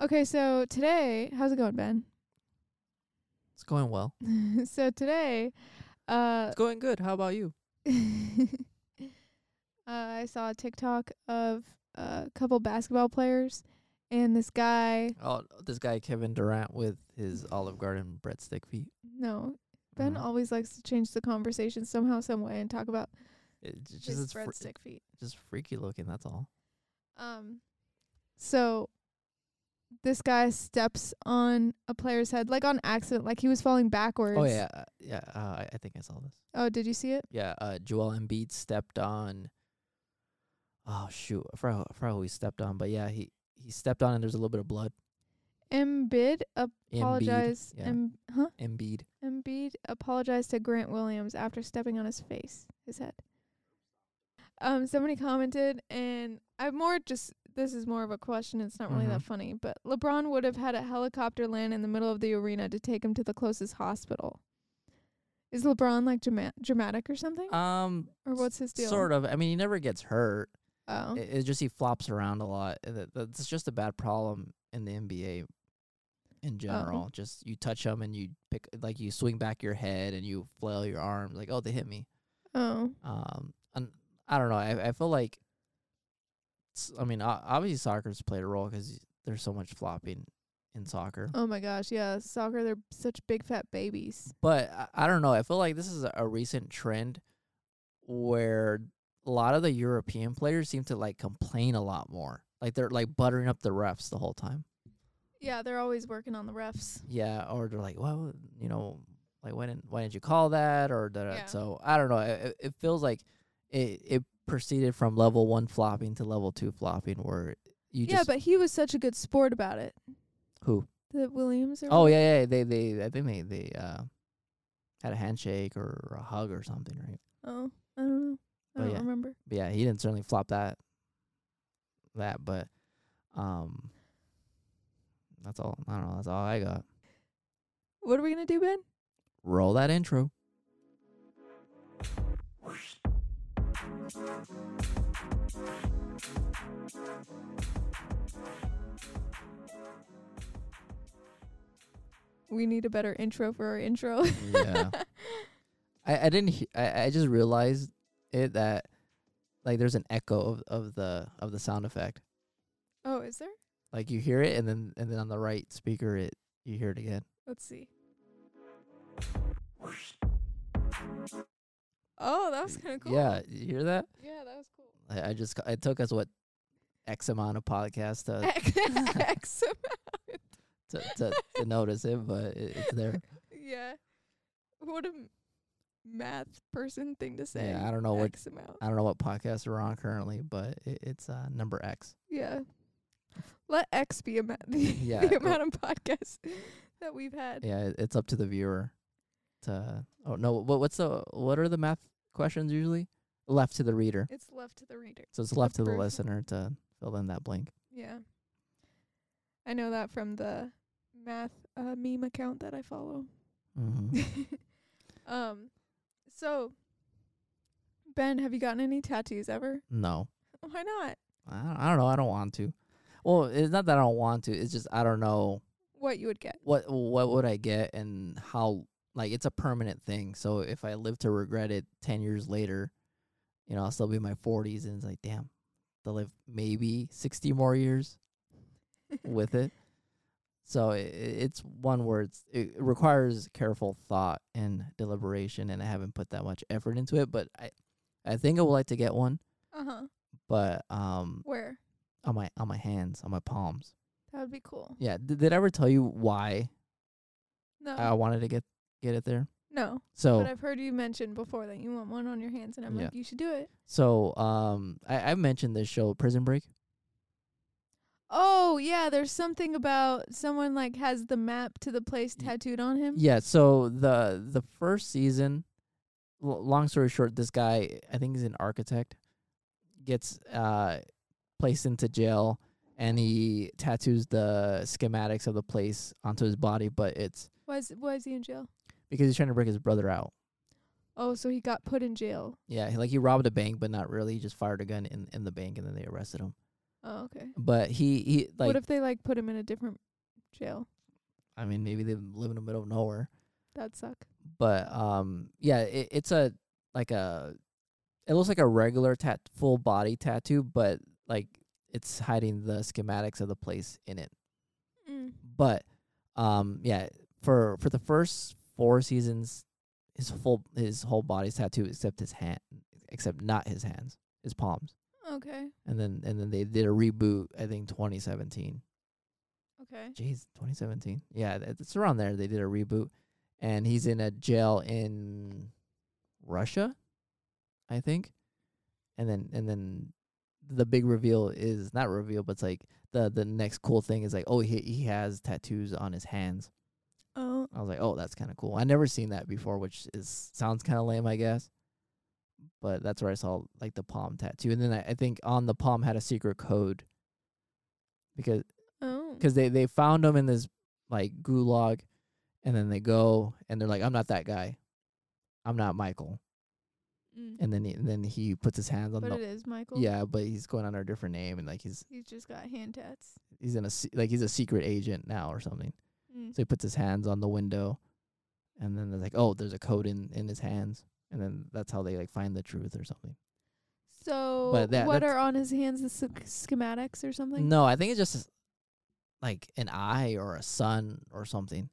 Okay, so today, how's it going, Ben? It's going well. so today, uh, It's going good. How about you? uh, I saw a TikTok of a couple basketball players and this guy. Oh, this guy Kevin Durant with Mm. his Olive Garden breadstick feet. No, Ben Uh, always likes to change the conversation somemehow, some way, and talk about it j- just his it's fr- breadstick feet. just freaky looking. That's all. Um, so this guy steps on a player's head like on accident, like he was falling backwards. Oh yeah, uh, yeah. Uh, I, I think I saw this. Oh, did you see it? Yeah, uh, Joel Embiid stepped on. Oh shoot, I forgot, I forgot who he stepped on, but yeah, he he stepped on and there's a little bit of blood. Embiid apologized. yeah. Em, huh? Embiid. Embiid apologized to Grant Williams after stepping on his face, his head. Um, somebody commented, and I more just this is more of a question. It's not really that Mhm. funny, but LeBron would have had a helicopter land in the middle of the arena to take him to the closest hospital. Is LeBron like drama- dramatic or something, Um, or what's his deal? sort of. I mean, he never gets hurt. Oh, It, it just he flops around a lot. and that- That's just a bad problem in the NBA Oh. in general. Just you touch 'em and you pick like you swing back your head and you flail your arms like oh they hit me. oh, Um, and I don't know. I I feel like s- I mean o- obviously soccer's played a role 'cause there's so much flopping in soccer. oh my gosh, yeah, soccer. They're such big fat babies. But I, I don't know. I feel like this is a, a recent trend where a lot of the European players seem to like complain a lot more. Like they're like buttering up the refs the whole time. Yeah, they're always working on the refs. Yeah, or they're like, well, you know, like why didn't why didn't you call that or da, da- Yeah. so I don't know. It, it feels like it it proceeded from level one flopping to level two flopping where you yeah, just but he was such a good sport about it. who The Williams or oh yeah yeah they they I think they they uh had a handshake or a hug or something right Oh, I don't know. I Oh, don't yeah. remember. But yeah, he didn't certainly flop that that, but um that's all I don't know, that's all I got. What are we gonna do, Ben? Roll that intro. We need a better intro for our intro. Yeah. I, I didn't he- I, I just realized it that like there's an echo of, of the of the sound effect. oh, is there? Like you hear it and then and then on the right speaker it you hear it again. Let's see. Oh, that was kind of cool. Yeah, you hear that? Yeah, that was cool. I, I just it took us what X amount of podcasts to X amount. to, to, to notice it, but it, it's there. Yeah. What a m- math person thing to say. Yeah, I don't know what X amount. I don't know what podcast we're on currently, but it, it's uh, number X. Yeah. Let X be a ma- the, Yeah, the uh, amount of podcasts that we've had. Yeah, it- it's up to the viewer to. Oh no, what what's the what are the math questions usually? Left to the reader, It's left to the reader. so it's left to the person. listener to fill in that blank. Yeah. I know that from the math uh, meme account that I follow. Mm-hmm. um so Ben, have you gotten any tattoos ever? no, Why not? I don't, I don't know. I don't want to. Well, it's not that I don't want to. It's just I don't know What you would get. what what would I get and how. Like it's a permanent thing. So if I live to regret it ten years later, you know I'll still be in my forties, and it's like, damn, to live maybe sixty more years. with it. So i i- it's one where it's, it requires careful thought and deliberation, and I haven't put that much effort into it. But I, I think I would like to get one, uh-huh. but um, Where? on my on my hands, on my palms. That would be cool. Yeah. Did, did I ever tell you why No. I wanted to get get it there? no. So But I've heard you mention before that you want one on your hands and I'm Oh. Yeah. like, you should do it. so um, I I mentioned this show Prison Break. Oh yeah, there's something about someone like has the map to the place Y- tattooed on him. Yeah. So the the first season, l- long story short, this guy, I think he's an architect, gets uh placed into jail, and he tattoos the schematics of the place onto his body. But it's Why is why is he in jail? because he's trying to break his brother out. Oh, so he got put in jail. Yeah, he- like he robbed a bank, but not really. He just fired a gun in in the bank, and then they arrested him. Oh, okay. But he he like what if they like put him in a different jail? I mean maybe they live in the middle of nowhere. That'd suck. But um yeah, it, it's a like a it looks like a regular tat full body tattoo, but like it's hiding the schematics of the place in it. Mm. But um yeah, for for the first four seasons his full his whole body's tattooed except his hand except not his hands, his palms. Okay. And then and then they did a reboot, I think twenty seventeen. Okay. Jeez, 2017. Yeah, th- it's around there. They did a reboot, and he's in a jail in Russia, I think. And then and then the big reveal is not reveal, but it's like the the next cool thing is like, oh, he he has tattoos on his hands. Oh. I was like, oh, that's kind of cool. I never seen that before, which is sounds kind of lame, I guess. But that's where I saw like the palm tattoo, and then I, I think on the palm had a secret code. Because Oh. because they they found him in this like gulag, and then they go and they're like, "I'm not that guy, I'm not Michael." Mm. And then he, and then he puts his hands on But it the is Michael. yeah, but he's going under a different name and like he's He's just got hand tats. he's in a se- like he's a secret agent now or something. Mm. So he puts his hands on the window, and then they're like, "Oh, there's a code in in his hands," and then that's how they like find the truth or something. So But that- what that's- are on his hands? The sch- schematics or something? no, I think it's just like an eye or a sun or something.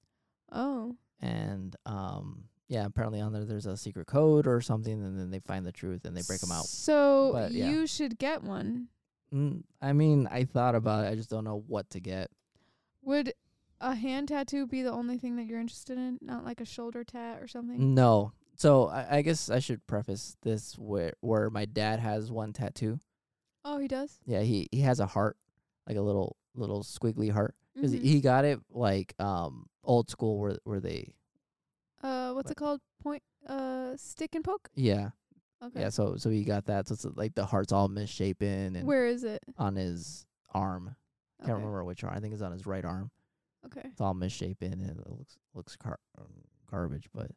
Oh. and um yeah apparently on there there's a secret code or something and then they find the truth and they break 'em out So But, yeah. you should get one. mm, i mean i thought about it i just don't know what to get Would a hand tattoo be the only thing that you're interested in? Not like a shoulder tat or something? no so i, I guess i should preface this where where my dad has one tattoo Oh, he does? yeah he he has a heart like a little little squiggly heart 'cause Mhm. he got it like um old school where where they uh, what's What? it called? Point, uh, stick and poke? yeah Okay. yeah so so he got that so it's like the heart's all misshapen and Where is it? on his arm i can't Okay. remember which arm i think it's on his right arm Okay. it's all misshapen and it looks looks car- um, garbage. But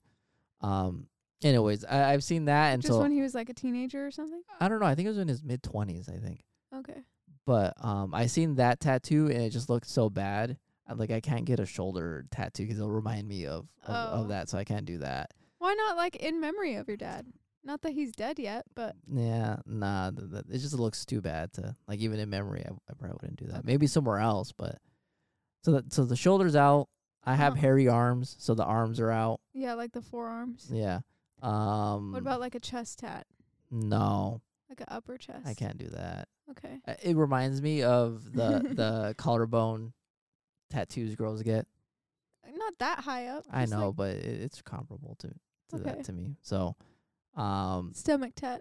um, anyways, I, I've seen that, and Just so when he was like a teenager or something? I don't know. I think it was in his mid twenties, I think. Okay. But um, I seen that tattoo, and it just looked so bad. I, like I can't get a shoulder tattoo 'cause it'll remind me of of, Oh. of that, so I can't do that. Why not like in memory of your dad? Not that he's dead yet, but Yeah, nah, th- th- it just looks too bad to like even in memory. I, I probably wouldn't do that. Maybe somewhere else, but so that so the shoulders out. I have Uh-huh. hairy arms, so the arms are out. yeah, like the forearms. Yeah. Um What about like a chest tat? No, Like a upper chest? I can't do that. Okay. Uh, It reminds me of the the collarbone tattoos girls get. Not that high up. I just, know, like, but it, it's comparable to to Okay. that to me. So, um, stomach tat.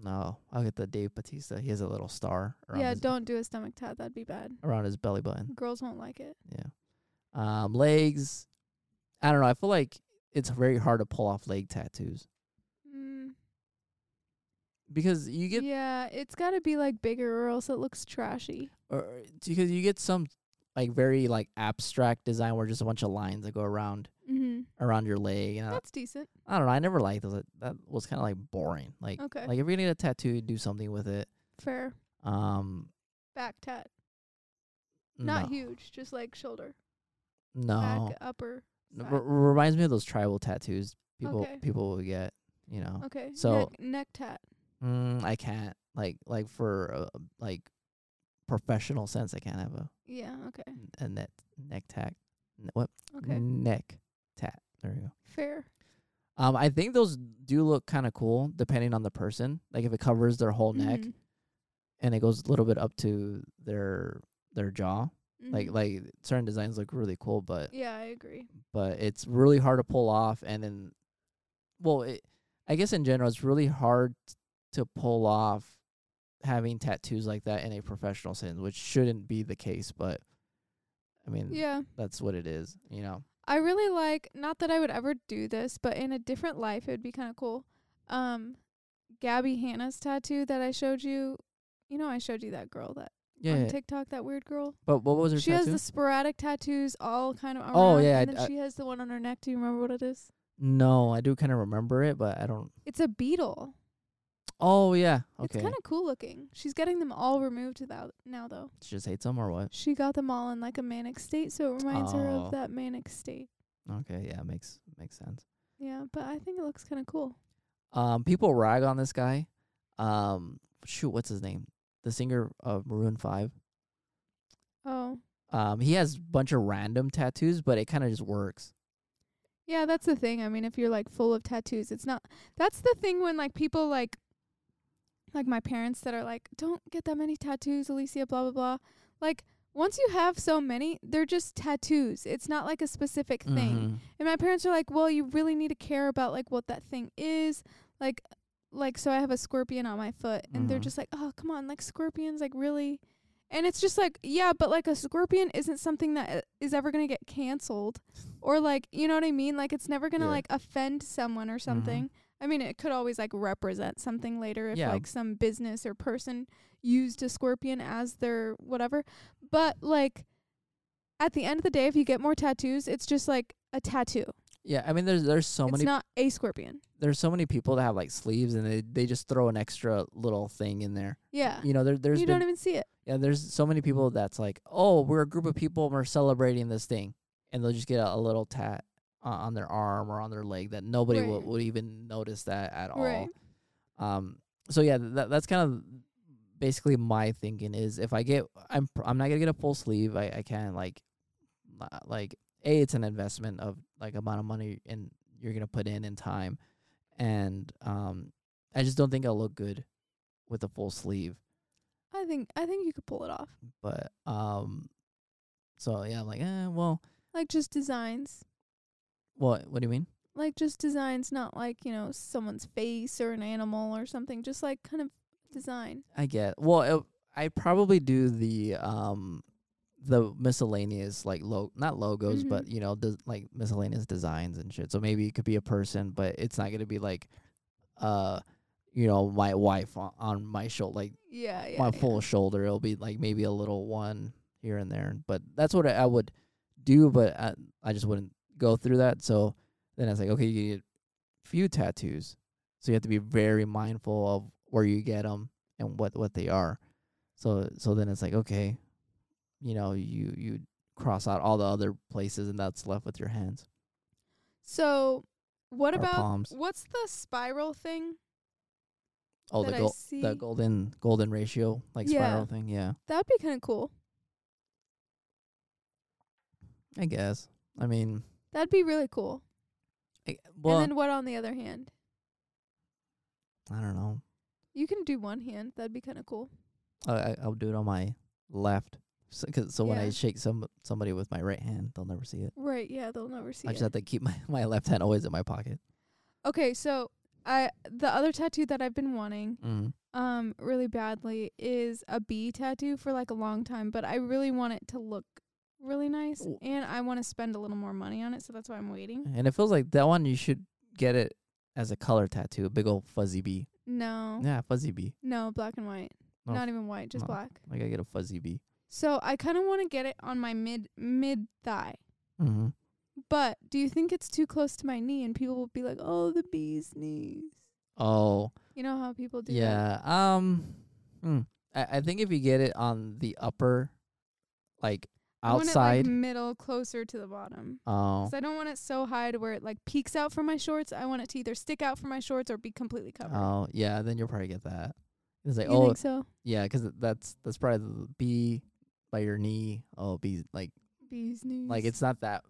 no, I'll get the Dave Batista. He has a little star around Yeah, his, don't Mm. do a stomach tat. That'd be bad. around his belly button. Girls won't like it. Yeah, um, legs. I don't know. I feel like it's very hard to pull off leg tattoos Mm, because you get yeah, it's got to be like bigger or else it looks trashy. or because you get some like very like abstract design where just a bunch of lines that go around Mm-hmm. around your leg and I- That's decent. I don't know. I never liked those. Like, That was kind of like boring. Like, Okay. like if you're gonna get a tattoo, do something with it. Fair. Um, Back tat. Not no, huge, just like shoulder. no. Back, upper. N- side. r- reminds me of those tribal tattoos people Okay. people would get. You know, Okay. So- neck, neck tat. mm, I can't like like for a, a- like professional sense, I can't have a Yeah, okay. a net neck tack. n- What Okay. neck tat? There we go. Fair. Um, I think those do look kind of cool depending on the person. Like if it covers their whole neck Mhm, and it goes a little bit up to their their jaw. like mhm. like certain designs look really cool but Yeah, I agree. but it's really hard to pull off and then well it, i guess in general it's really hard t- to pull off having tattoos like that in a professional sense which shouldn't be the case but i mean Yeah. that's what it is you know I really like not that I would ever do this, but in a different life it would be kind of cool. Um Gabby Hanna's tattoo that I showed you. You know I showed you that girl that yeah, on yeah. TikTok, that weird girl. but what was her She has tattoo the sporadic tattoos all kind of around. Oh, yeah, And I- then I- she has the one on her neck. Do you remember what it is? no i do kind of remember it but i don't It's a beetle. Oh yeah. It's Okay. kind of cool looking. She's getting them all removed thou- now, though. She just hates them or what? She got them all in like a manic state, so it reminds her Oh. of that manic state. Okay. Yeah. Makes makes sense. Yeah, but I think it looks kind of cool. Um, people rag on this guy. Um, shoot, what's his name? The singer of Maroon Five. Oh, Um, he has a bunch of random tattoos, but it kind of just works. yeah, that's the thing. I mean, if you're like full of tattoos, it's not. That's the thing when like people like, like my parents that are like, don't get that many tattoos, Alicia, blah blah blah. Like once you have so many, they're just tattoos. It's not like a specific thing. Mhm. And my parents are like, "Well, you really need to care about like what that thing is." Like like so I have a scorpion on my foot and they're Mhm. just like, "Oh, come on, like scorpions like really?" And it's just like, "Yeah, but like a scorpion isn't something that uh, is ever going to get canceled or like, you know what I mean? Like it's never going to Yeah. like offend someone or something." I mean, it could always like represent something later if Yeah. like some business or person used a scorpion as their whatever. But like at the end of the day, if you get more tattoos, it's just like a tattoo. Yeah. I mean, there's there's so it's many not a scorpion. there's so many people that have like sleeves and they they just throw an extra little thing in there. Yeah. You know, there there's you been, don't even see it. yeah, there's so many people that's like, oh, we're a group of people and we're celebrating this thing, and they'll just get a, a little tat uh, on their arm or on their leg that nobody Right. would, would even notice that at all. Right. Um. So yeah, th- that that's kind of basically my thinking is if I get, I'm pr- I'm not gonna get a full sleeve. I I can like, li- like a it's an investment of like amount of money and you're gonna put in in time, and um I just don't think I'll look good with a full sleeve. I think I think you could pull it off. But um, so yeah, I'm like eh, well, Like just designs. what what do you mean? Like just designs, not like, you know, someone's face or an animal or something. Just like kind of design. I get well. It, I probably do the um the miscellaneous like lo not logos but Mhm. you know des- like miscellaneous designs and shit. So maybe it could be a person, but it's not gonna be like uh you know my wife on, on my shoulder like Yeah, yeah. my yeah. full shoulder. It'll be like maybe a little one here and there. But that's what I, I would do. But I, I just wouldn't go through that. So then I was like, okay, you get few tattoos, so you have to be very mindful of where you get 'em and what what they are. So so then it's like okay, you know you you cross out all the other places and that's left with your hands. So what Or about palms. what's the spiral thing? Oh, that the I gold see. the golden golden ratio like Yeah. spiral thing. Yeah, That'd be kinda cool. I guess. I mean, That'd be really cool. I, well, and then what on the other hand? I don't know. You can do one hand. That'd be kind of cool. I, I- I'll do it on my left. So, cause, so when I Yeah. shake some somebody with my right hand, they'll never see it. Right, yeah, they'll never see I it. just have to keep my, my left hand always in my pocket. Okay, so I the other tattoo that I've been wanting Mm. um really badly is a bee tattoo for like a long time, but I really want it to look really nice Ooh. Eh. and I want to spend a little more money on it, so that's why I'm waiting. And it feels like that one you should get it as a color tattoo, a big old fuzzy bee. No. Yeah, fuzzy bee. No, black and white. No. Not even white, just No. black. Like I get a fuzzy bee. So I kind of want to get it on my mid mid thigh. Mm-hmm. But do you think it's too close to my knee and people will be like, "Oh, the bee's knees." Oh You know how people do that? yeah. Um, hmm. I I think if you get it on the upper, like I want it, like, outside. middle closer to the bottom. oh, 'Cause I don't want it so high to where it like peeks out from my shorts. I want it to either stick out from my shorts or be completely covered. oh yeah. Then you'll probably get that. It's like you oh, think so? Yeah, 'cause because that's that's probably the B by your knee. Oh, B like Bees knees. like it's not that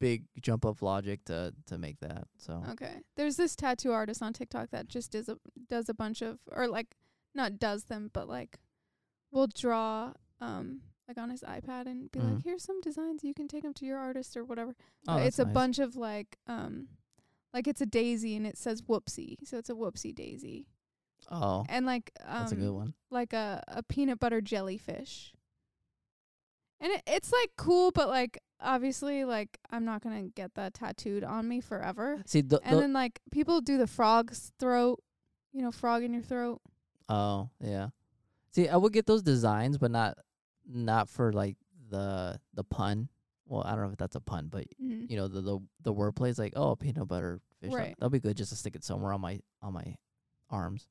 big jump of logic to to make that. So okay. There's this tattoo artist on TikTok that just does a does a bunch of or like not does them, but like will draw um like on his iPad and be Mhm. like, here's some designs you can take 'em to your artist or whatever. oh, But that's it's a nice. bunch of like um like it's a daisy and it says whoopsie, so it's a whoopsie daisy Oh, and like um that's a good one. like a, a peanut butter jellyfish. And it, it's like cool, but like obviously, like I'm not gonna get that tattooed on me forever. See, th- And then like people do the frog's throat, you know, frog in your throat. oh yeah. See, I would get those designs, but not not for like the the pun. Well, I don't know if that's a pun, but Mm. you know the the the wordplay is like oh peanut butter fish. Right. That'll be good just to stick it somewhere on my on my arms.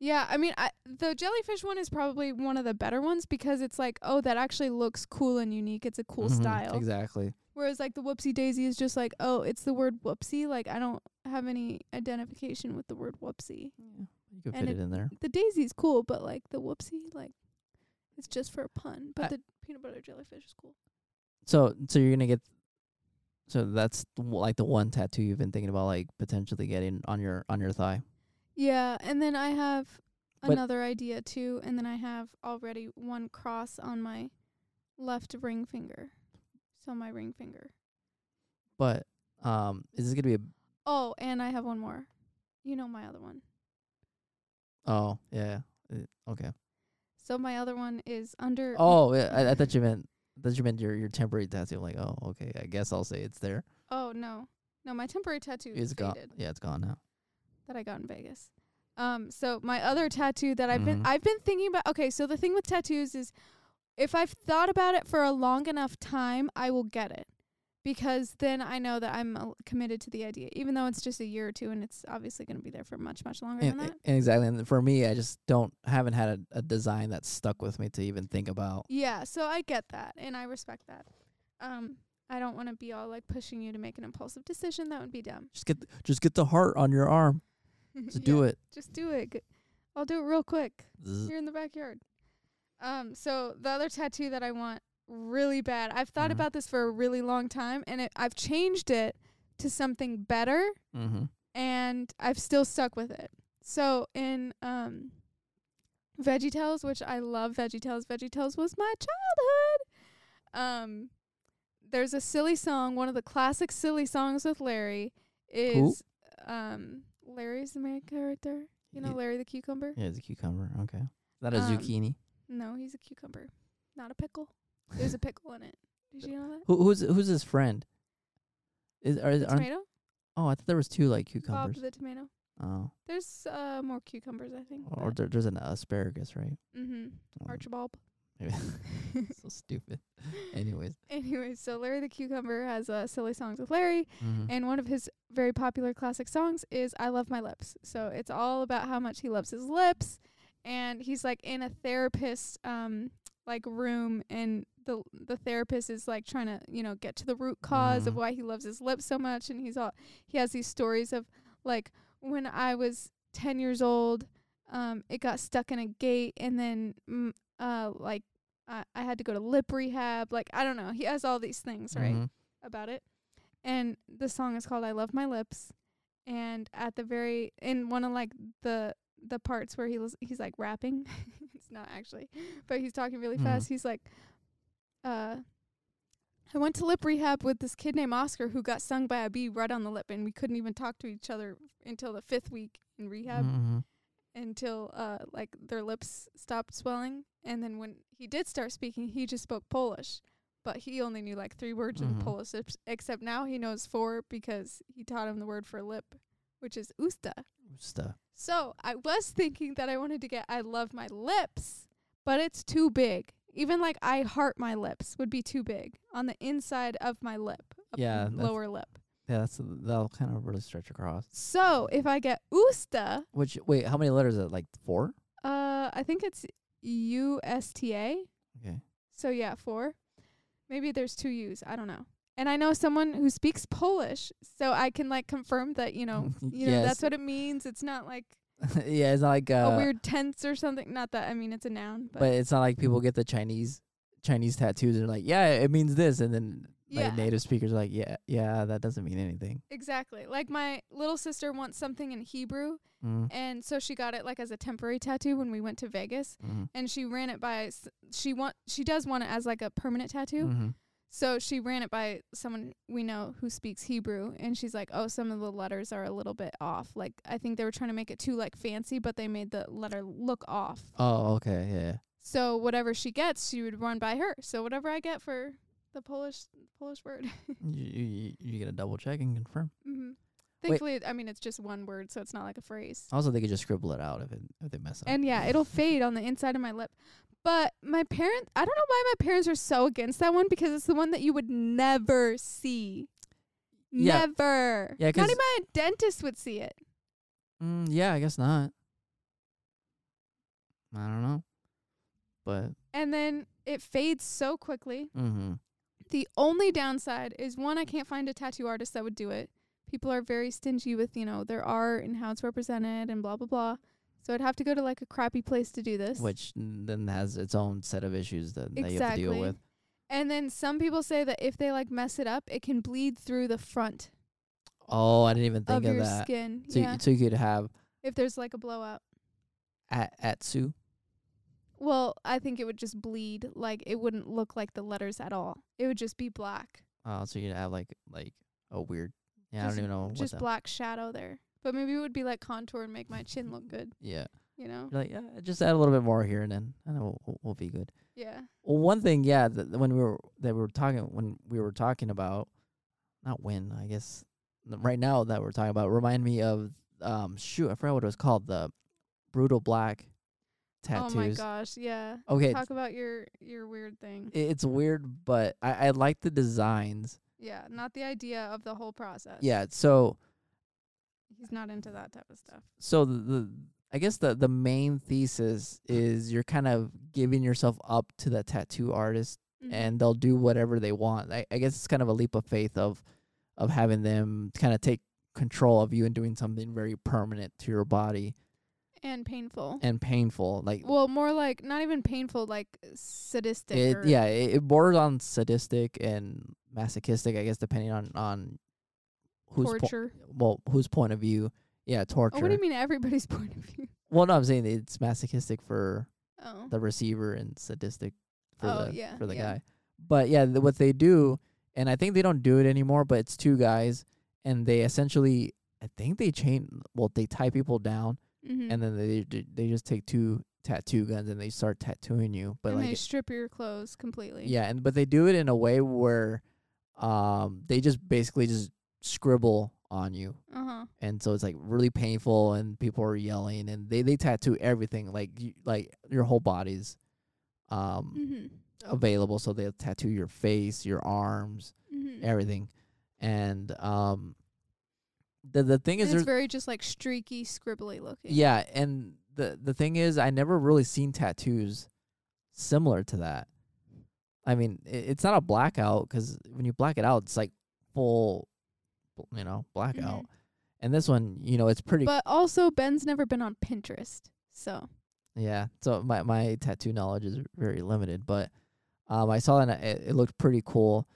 Yeah, I mean, I, the jellyfish one is probably one of the better ones because it's like, oh, that actually looks cool and unique. It's a cool Mhm, style. Exactly. Whereas like the whoopsie daisy is just like, oh, it's the word whoopsie. Like I don't have any identification with the word whoopsie. You could And fit it, in there. The daisy's cool, but like the whoopsie, like it's just for a pun. But I- the peanut butter jellyfish is cool. So so you're gonna get. So that's the w- like the one tattoo you've been thinking about, like potentially getting on your on your thigh. Yeah, and then I have But- another idea too, and then I have already one cross on my left ring finger. So my ring finger. But um, is this gonna be a? Oh, and I have one more. You know my other one. Oh yeah. it- okay. So my other one is under Oh, yeah, I, I thought you meant that you meant your your temporary tattoo. I'm like, oh, okay. I guess I'll say it's there. Oh no. No, my temporary tattoo It's gone. faded Yeah, it's gone now. that I got in Vegas. Um so my other tattoo that I've been Mhm. I've been thinking about Okay, so the thing with tattoos is if I've thought about it for a long enough time, I will get it. Because then I know that I'm uh, committed to the idea, even though it's just a year or two, and it's obviously going to be there for much, much longer And, than that. and exactly. And for me, I just don't haven't had a, a design that stuck with me to even think about. Yeah, so I get that and I respect that. Um I don't want to be all like pushing you to make an impulsive decision. That would be dumb. Just get just get the heart on your arm. Just do it. Just do it. G- I'll do it real quick. Zzz. You're in the backyard. Um so the other tattoo that I want really bad. I've thought Mhm. about this for a really long time and it, I've changed it to something better Mhm. and I've still stuck with it. So in um VeggieTales, which I love VeggieTales. VeggieTales was my childhood. Um there's a silly song, one of the classic silly songs with Larry is Who? um Larry's the main character. You know Yeah. Larry the cucumber? Yeah, it's a cucumber. Okay. Is that a Um, zucchini? No, he's a cucumber. Not a pickle. There's a pickle in it. Did you know that? Who, who's who's his friend? Is are The aren't, tomato? oh I thought there was two like Bob cucumbers. the tomato. Oh, There's uh more cucumbers, I think. or there, there's an asparagus, right? mm-hmm. Um, Archibald. so stupid. Anyways, Anyway, so Larry the Cucumber has uh, silly songs with Larry, Mhm. and one of his very popular classic songs is "I Love My Lips." So it's all about how much he loves his lips, and he's like in a therapist um like room, and the the therapist is like trying to you know get to the root because of Mhm. why he loves his lips so much, and he's all he has these stories of like when I was ten years old, um, it got stuck in a gate, and then mm, uh like. I I had to go to lip rehab. Like, I don't know. He has all these things, right? Mhm. about it. And the song is called I Love My Lips. And at the very in one of like the the parts where he was he's like rapping. it's not actually. But he's talking really Mhm. fast. He's like uh I went to lip rehab with this kid named Oscar who got stung by a bee right on the lip and we couldn't even talk to each other until the 5th week in rehab Mhm. until uh like their lips stopped swelling and then when he did start speaking he just spoke polish but he only knew like three words in Mhm. polish ex- except now he knows four because he taught him the word for lip which is usta Stuff. so i was thinking that i wanted to get i love my lips but it's too big even like i heart my lips would be too big on the inside of my lip up Yeah, that's- lower lip Yeah, that's that'll kind of really stretch across. so if i get usta Which wait, how many letters is it? Like four? uh i think it's usta Okay. So yeah, four. Maybe there's two U's. I don't know. And I know someone who speaks Polish, so I can like confirm that you know, you know that's Yes. what it means. It's not like yeah, it's not like uh, a weird tense or something. Not that I mean it's a noun, but, but it's not like people get the Chinese Chinese tattoos and they're like, yeah, it means this, and then yeah, like native speakers are like, yeah, yeah, that doesn't mean anything. exactly. Like my little sister wants something in Hebrew, Mm, and so she got it like as a temporary tattoo when we went to Vegas, mm, and she ran it by s she want she does want it as like a permanent tattoo. mhm. So she ran it by someone we know who speaks Hebrew, and she's like, "Oh, some of the letters are a little bit off. Like I think they were trying to make it too like fancy, but they made the letter look off. Oh, okay, yeah. So whatever she gets, she would run by her. So whatever I get for the Polish Polish word, You you, you gotta double check and confirm. hmm thankfully, I mean it's just one word, so it's not like a phrase. Also, they could just scribble it out if it, if they mess up. And yeah, it'll fade on the inside of my lip. But my parents, I don't know why my parents are so against that one because it's the one that you would never see. Yeah. Never. Yeah, Not 'cause- even a dentist would see it. Mm, yeah, I guess not. I don't know. But And then it fades so quickly. mm-hmm. The only downside is one, I can't find a tattoo artist that would do it. People are very stingy with, you know, their art and how it's represented and blah, blah, blah. So I'd have to go to like a crappy place to do this. which n- then has its own set of issues that, that you have to deal Exactly. with. And then some people say that if they like mess it up, it can bleed through the front Oh, I didn't even of think of, your that. skin. So, yeah. you, so you could have if there's like a blowout. at Atsu. Well, I think it would just bleed. Like it wouldn't look like the letters at all. It would just be black. Oh, so you'd have like like a weird. Yeah, I Just- don't even know what just that. black shadow there. But maybe it would be like contour and make my chin look good, yeah, you know? like yeah, just add a little bit more here and then, and then we'll, we'll, we'll be good. Yeah. Well, one thing, yeah, that when we were that we were talking when we were talking about, not when I guess n- right now that we're talking about remind me of um shoot I forgot what it was called the brutal black tattoos. Oh my gosh, yeah. Okay, Talk about your your weird thing. i- it's weird, but I, I like the designs. Yeah, not the idea of the whole process. Yeah, so He's not into that type of stuff. so the, the I guess the the main thesis Mm. is you're kind of giving yourself up to the tattoo artist Mhm. and they'll do whatever they want. I, I guess it's kind of a leap of faith of of having them kind of take control of you and doing something very permanent to your body and painful. and painful. Like well, more like not even painful, like sadistic. it, or- yeah, it, it borders on sadistic and masochistic. I guess depending on on whose po- torture. well whose point of view. Yeah, torture. Oh, what do you mean everybody's point of view? Well, no, I'm saying it's masochistic for Oh. the receiver and sadistic for Oh, the yeah, for the yeah. guy. But yeah, th- what they do, and I think they don't do it anymore. But it's two guys, and they essentially, I think they chain. Well, they tie people down, mm-hmm. and then they ju- they just take two tattoo guns and they start tattooing you. But and like, they it- strip your clothes completely. yeah, and but they do it in a way where, um, they just basically just scribble on you Uh huh. and so it's like really painful and people are yelling and they they tattoo everything like you, like your whole body's um Mhm. available so they'll tattoo your face your arms Mhm. everything and um the the thing And is It's there's very just like streaky, scribbly looking. yeah and the the thing is I never really seen tattoos similar to that I mean i it's not a blackout 'cause when you black it out it's like full you know blackout and this one you know it's pretty Mm-hmm. But also, Ben's never been on Pinterest, so Yeah. So my my tattoo knowledge is very limited, but um, I saw it and it, it looked pretty cool.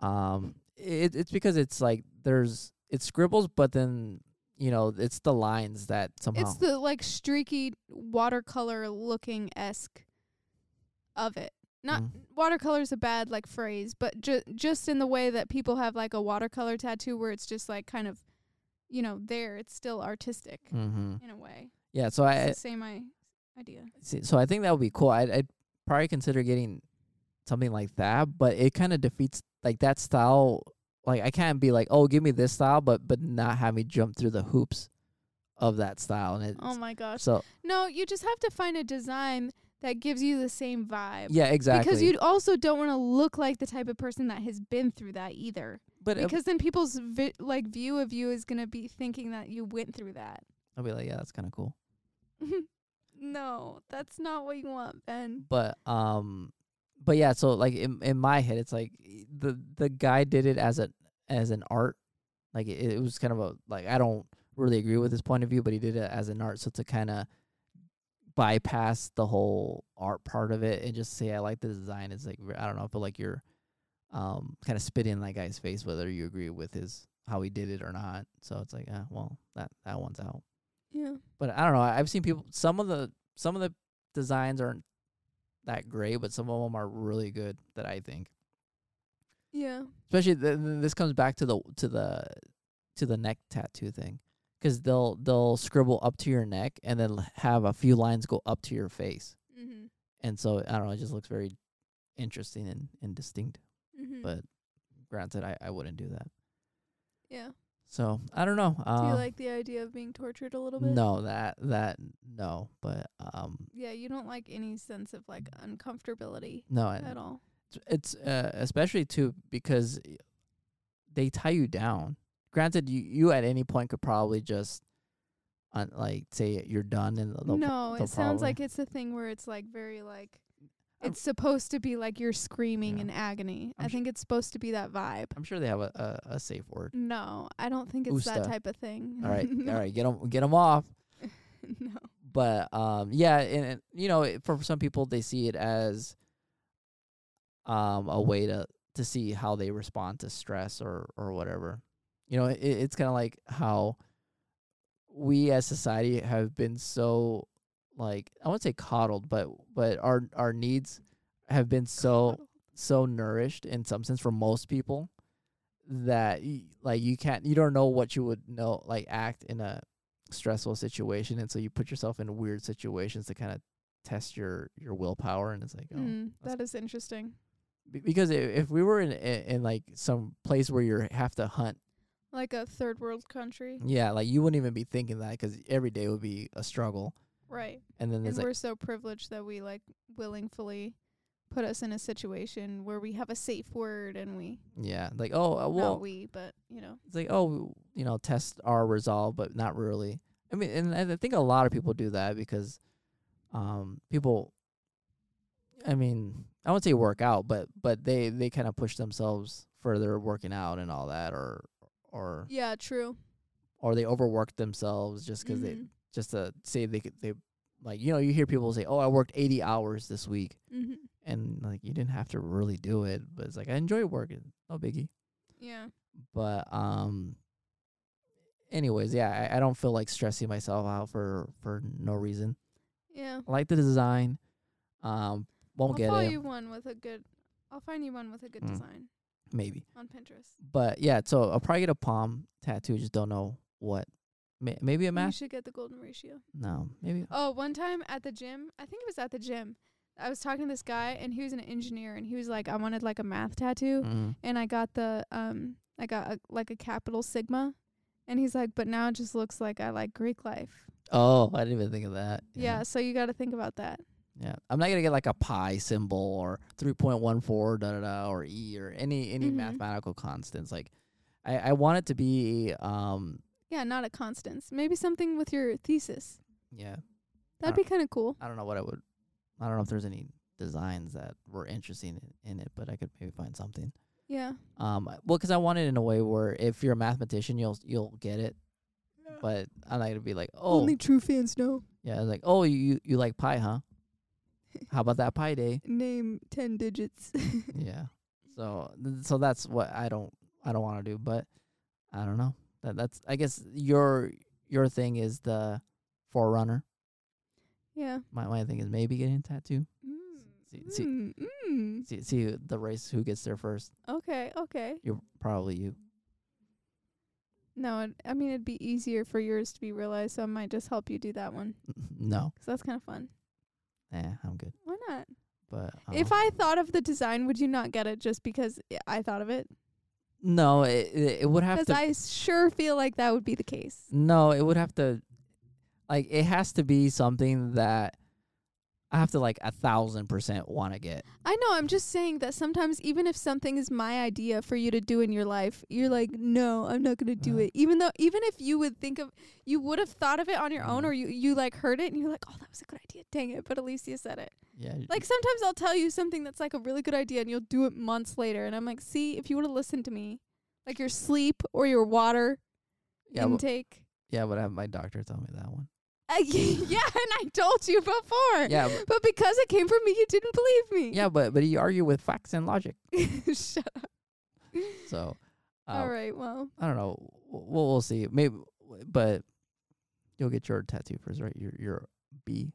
Um, it, it's because it's like there's it scribbles, but then you know it's the lines that somehow it's the like streaky watercolor looking esque of it. Not Mm. watercolor's a bad like phrase, but ju- just in the way that people have like a watercolor tattoo where it's just like kind of, you know, there. It's still artistic hmm in a way. Yeah. So It's I the same I- idea. see- so I think that would be cool. I'd, I'd probably consider getting something like that, but it kind of defeats like that style. Like I can't be like, oh, give me this style, but but not have me jump through the hoops of that style, and it's Oh my gosh. so No, you just have to find a design that gives you the same vibe. yeah, exactly. Because you also don't want to look like the type of person that has been through that either. but uh, Because then people's vi- like view of you is gonna be thinking that you went through that. I'll be like, yeah, that's kind of cool. no, that's not what you want, Ben. But um, but yeah, so like in in my head, it's like e- the the guy did it as a as an art, like it, it was kind of a like I don't really agree with his point of view, but he did it as an art, so to kind of bypass the whole art part of it and just say I like the design. It's like I don't know, but like you're um kind of spit in that guy's face whether you agree with his how he did it or not. So it's like, ah, well, that that one's out. Yeah. but I don't know. I've seen people. Some of the some of the designs aren't that great, but some of them are really good. That I think, Yeah. especially th- th- this comes back to the to the to the neck tattoo thing, because they'll they'll scribble up to your neck and then l- have a few lines go up to your face, Mhm. and so I don't know. It just looks very interesting and, and distinct. Mhm. But Granted, I, I wouldn't do that. yeah. So I don't know. Um, Do you like the idea of being tortured a little bit? no, that that no, but um, Yeah, you don't like any sense of like uncomfortability no, I, at all. it's uh, especially too because y- they tie you down. Granted, you you at any point could probably just on like say you're done and they'll no, they'll it sounds probably- like it's a thing where it's like very like I'm- it's supposed to be like you're screaming Yeah. in agony. i I'm sh- think it's supposed to be that vibe. I'm sure they have a, a, a safe word. No, I don't think it's that Usta. type of thing. All right, no. all right, get them, get them off. no. But um, yeah, and, and you know, it, for some people, they see it as um a way to to see how they respond to stress or or whatever. You know, it, it's kind of like how we as society have been so like I won't say coddled, but but our our needs have been Uh-huh. so so nourished in some sense for most people that y- like you can't you don't know what you would know like act in a stressful situation and so you put yourself in weird situations to kind of test your your willpower and it's like oh. Mm, that's- that is interesting. Be- because i- if we were in, in in like some place where you have to hunt Like a third world country. yeah like you wouldn't even be thinking that 'cause every day would be a struggle Right. and then And there's like we're so privileged that we like willingly put us in a situation where we have a safe word and we yeah like oh uh, well not we, but you know. it's like oh you know test our resolve but not really i mean and i think a lot of people do that because um people i mean i wouldn't say work out but but they they kind of push themselves further working out and all that or or Yeah, true. or they overwork themselves just 'cause they Mhm. just to say they could they like you know you hear people say oh i worked 80 hours this week Mhm. and like you didn't have to really do it but it's like i enjoy working no biggie Yeah. but um anyways yeah I, I don't feel like stressing myself out for for no reason Yeah. i like the design um won't I'll get find it you one with a good I'll find you one with a good Mm. design maybe on Pinterest. but yeah so i'll probably get a palm tattoo just don't know what May- maybe a You mask should get the golden ratio. no maybe Oh, one time at the gym, I think it was at the gym. I was talking to this guy and he was an engineer and he was like, I wanted like a math tattoo mm. and I got the um I got a, like a capital sigma and he's like, But now it just looks like I like Greek life. oh i didn't even think of that Yeah, so you gotta think about that. yeah, i'm not gonna get like a pi symbol or 3.14 da da da or e or any any Mhm. mathematical constants like i i want it to be um Yeah, not a constance. Maybe something with your thesis. yeah That'd be kinda cool. I don't know what I would. I don't know if there's any designs that were interesting in, in it, but I could maybe find something. Yeah. Um, I- well, 'cause I want it in a way where if you're a mathematician, you'll you'll get it. But I'm not gonna be like, oh, Only true fans know. yeah, like, oh, you you like pie, huh? How about that pie day? Name ten digits. yeah. So th- so that's what I don't I don't want to do, but I don't know. That that's I guess your your thing is the forerunner. yeah. My my thing is maybe getting a tattoo. See see Mm, mm. see, see who- the race who gets there first. Okay, okay. You're probably you. No, it, I mean it'd be easier for yours to be realized, so I might just help you do that one. No, 'Cause that's kind of fun. eh, I'm good. Why not? But If um, I thought of the design, would you not get it just because I- I thought of it? no, it, it it would have 'Cause to. I sure feel like that would be the case. no, it would have to. Like it has to be something that I have to like a thousand percent want to get. I know. I'm just saying that sometimes, even if something is my idea for you to do in your life, you're like, no, I'm not gonna do Yeah. it. Even though, even if you would think of, you would have thought of it on your own, Mhm. or you you like heard it and you're like, oh, that was a good idea. Dang it! But Alicia said it. Yeah, y- Like sometimes I'll tell you something that's like a really good idea and you'll do it months later and I'm like, "See, if you would have listened to me, like your sleep or your water yeah, but, intake." yeah. But I have my doctor tell me that one. Uh, yeah, and I told you before. Yeah, but, But because it came from me, you didn't believe me. yeah, but but you argue with facts and logic. Yeah. Shut up. So uh, All right, well. I don't know. W- We'll we'll see. Maybe, but you'll get your tattoo first, right? Your your bee.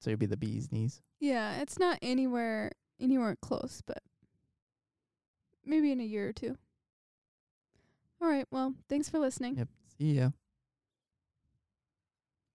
So you'll be the bee's knees. Yeah, it's not anywhere anywhere close, but maybe in a year or two. All right, well, thanks for listening. Yep. See ya.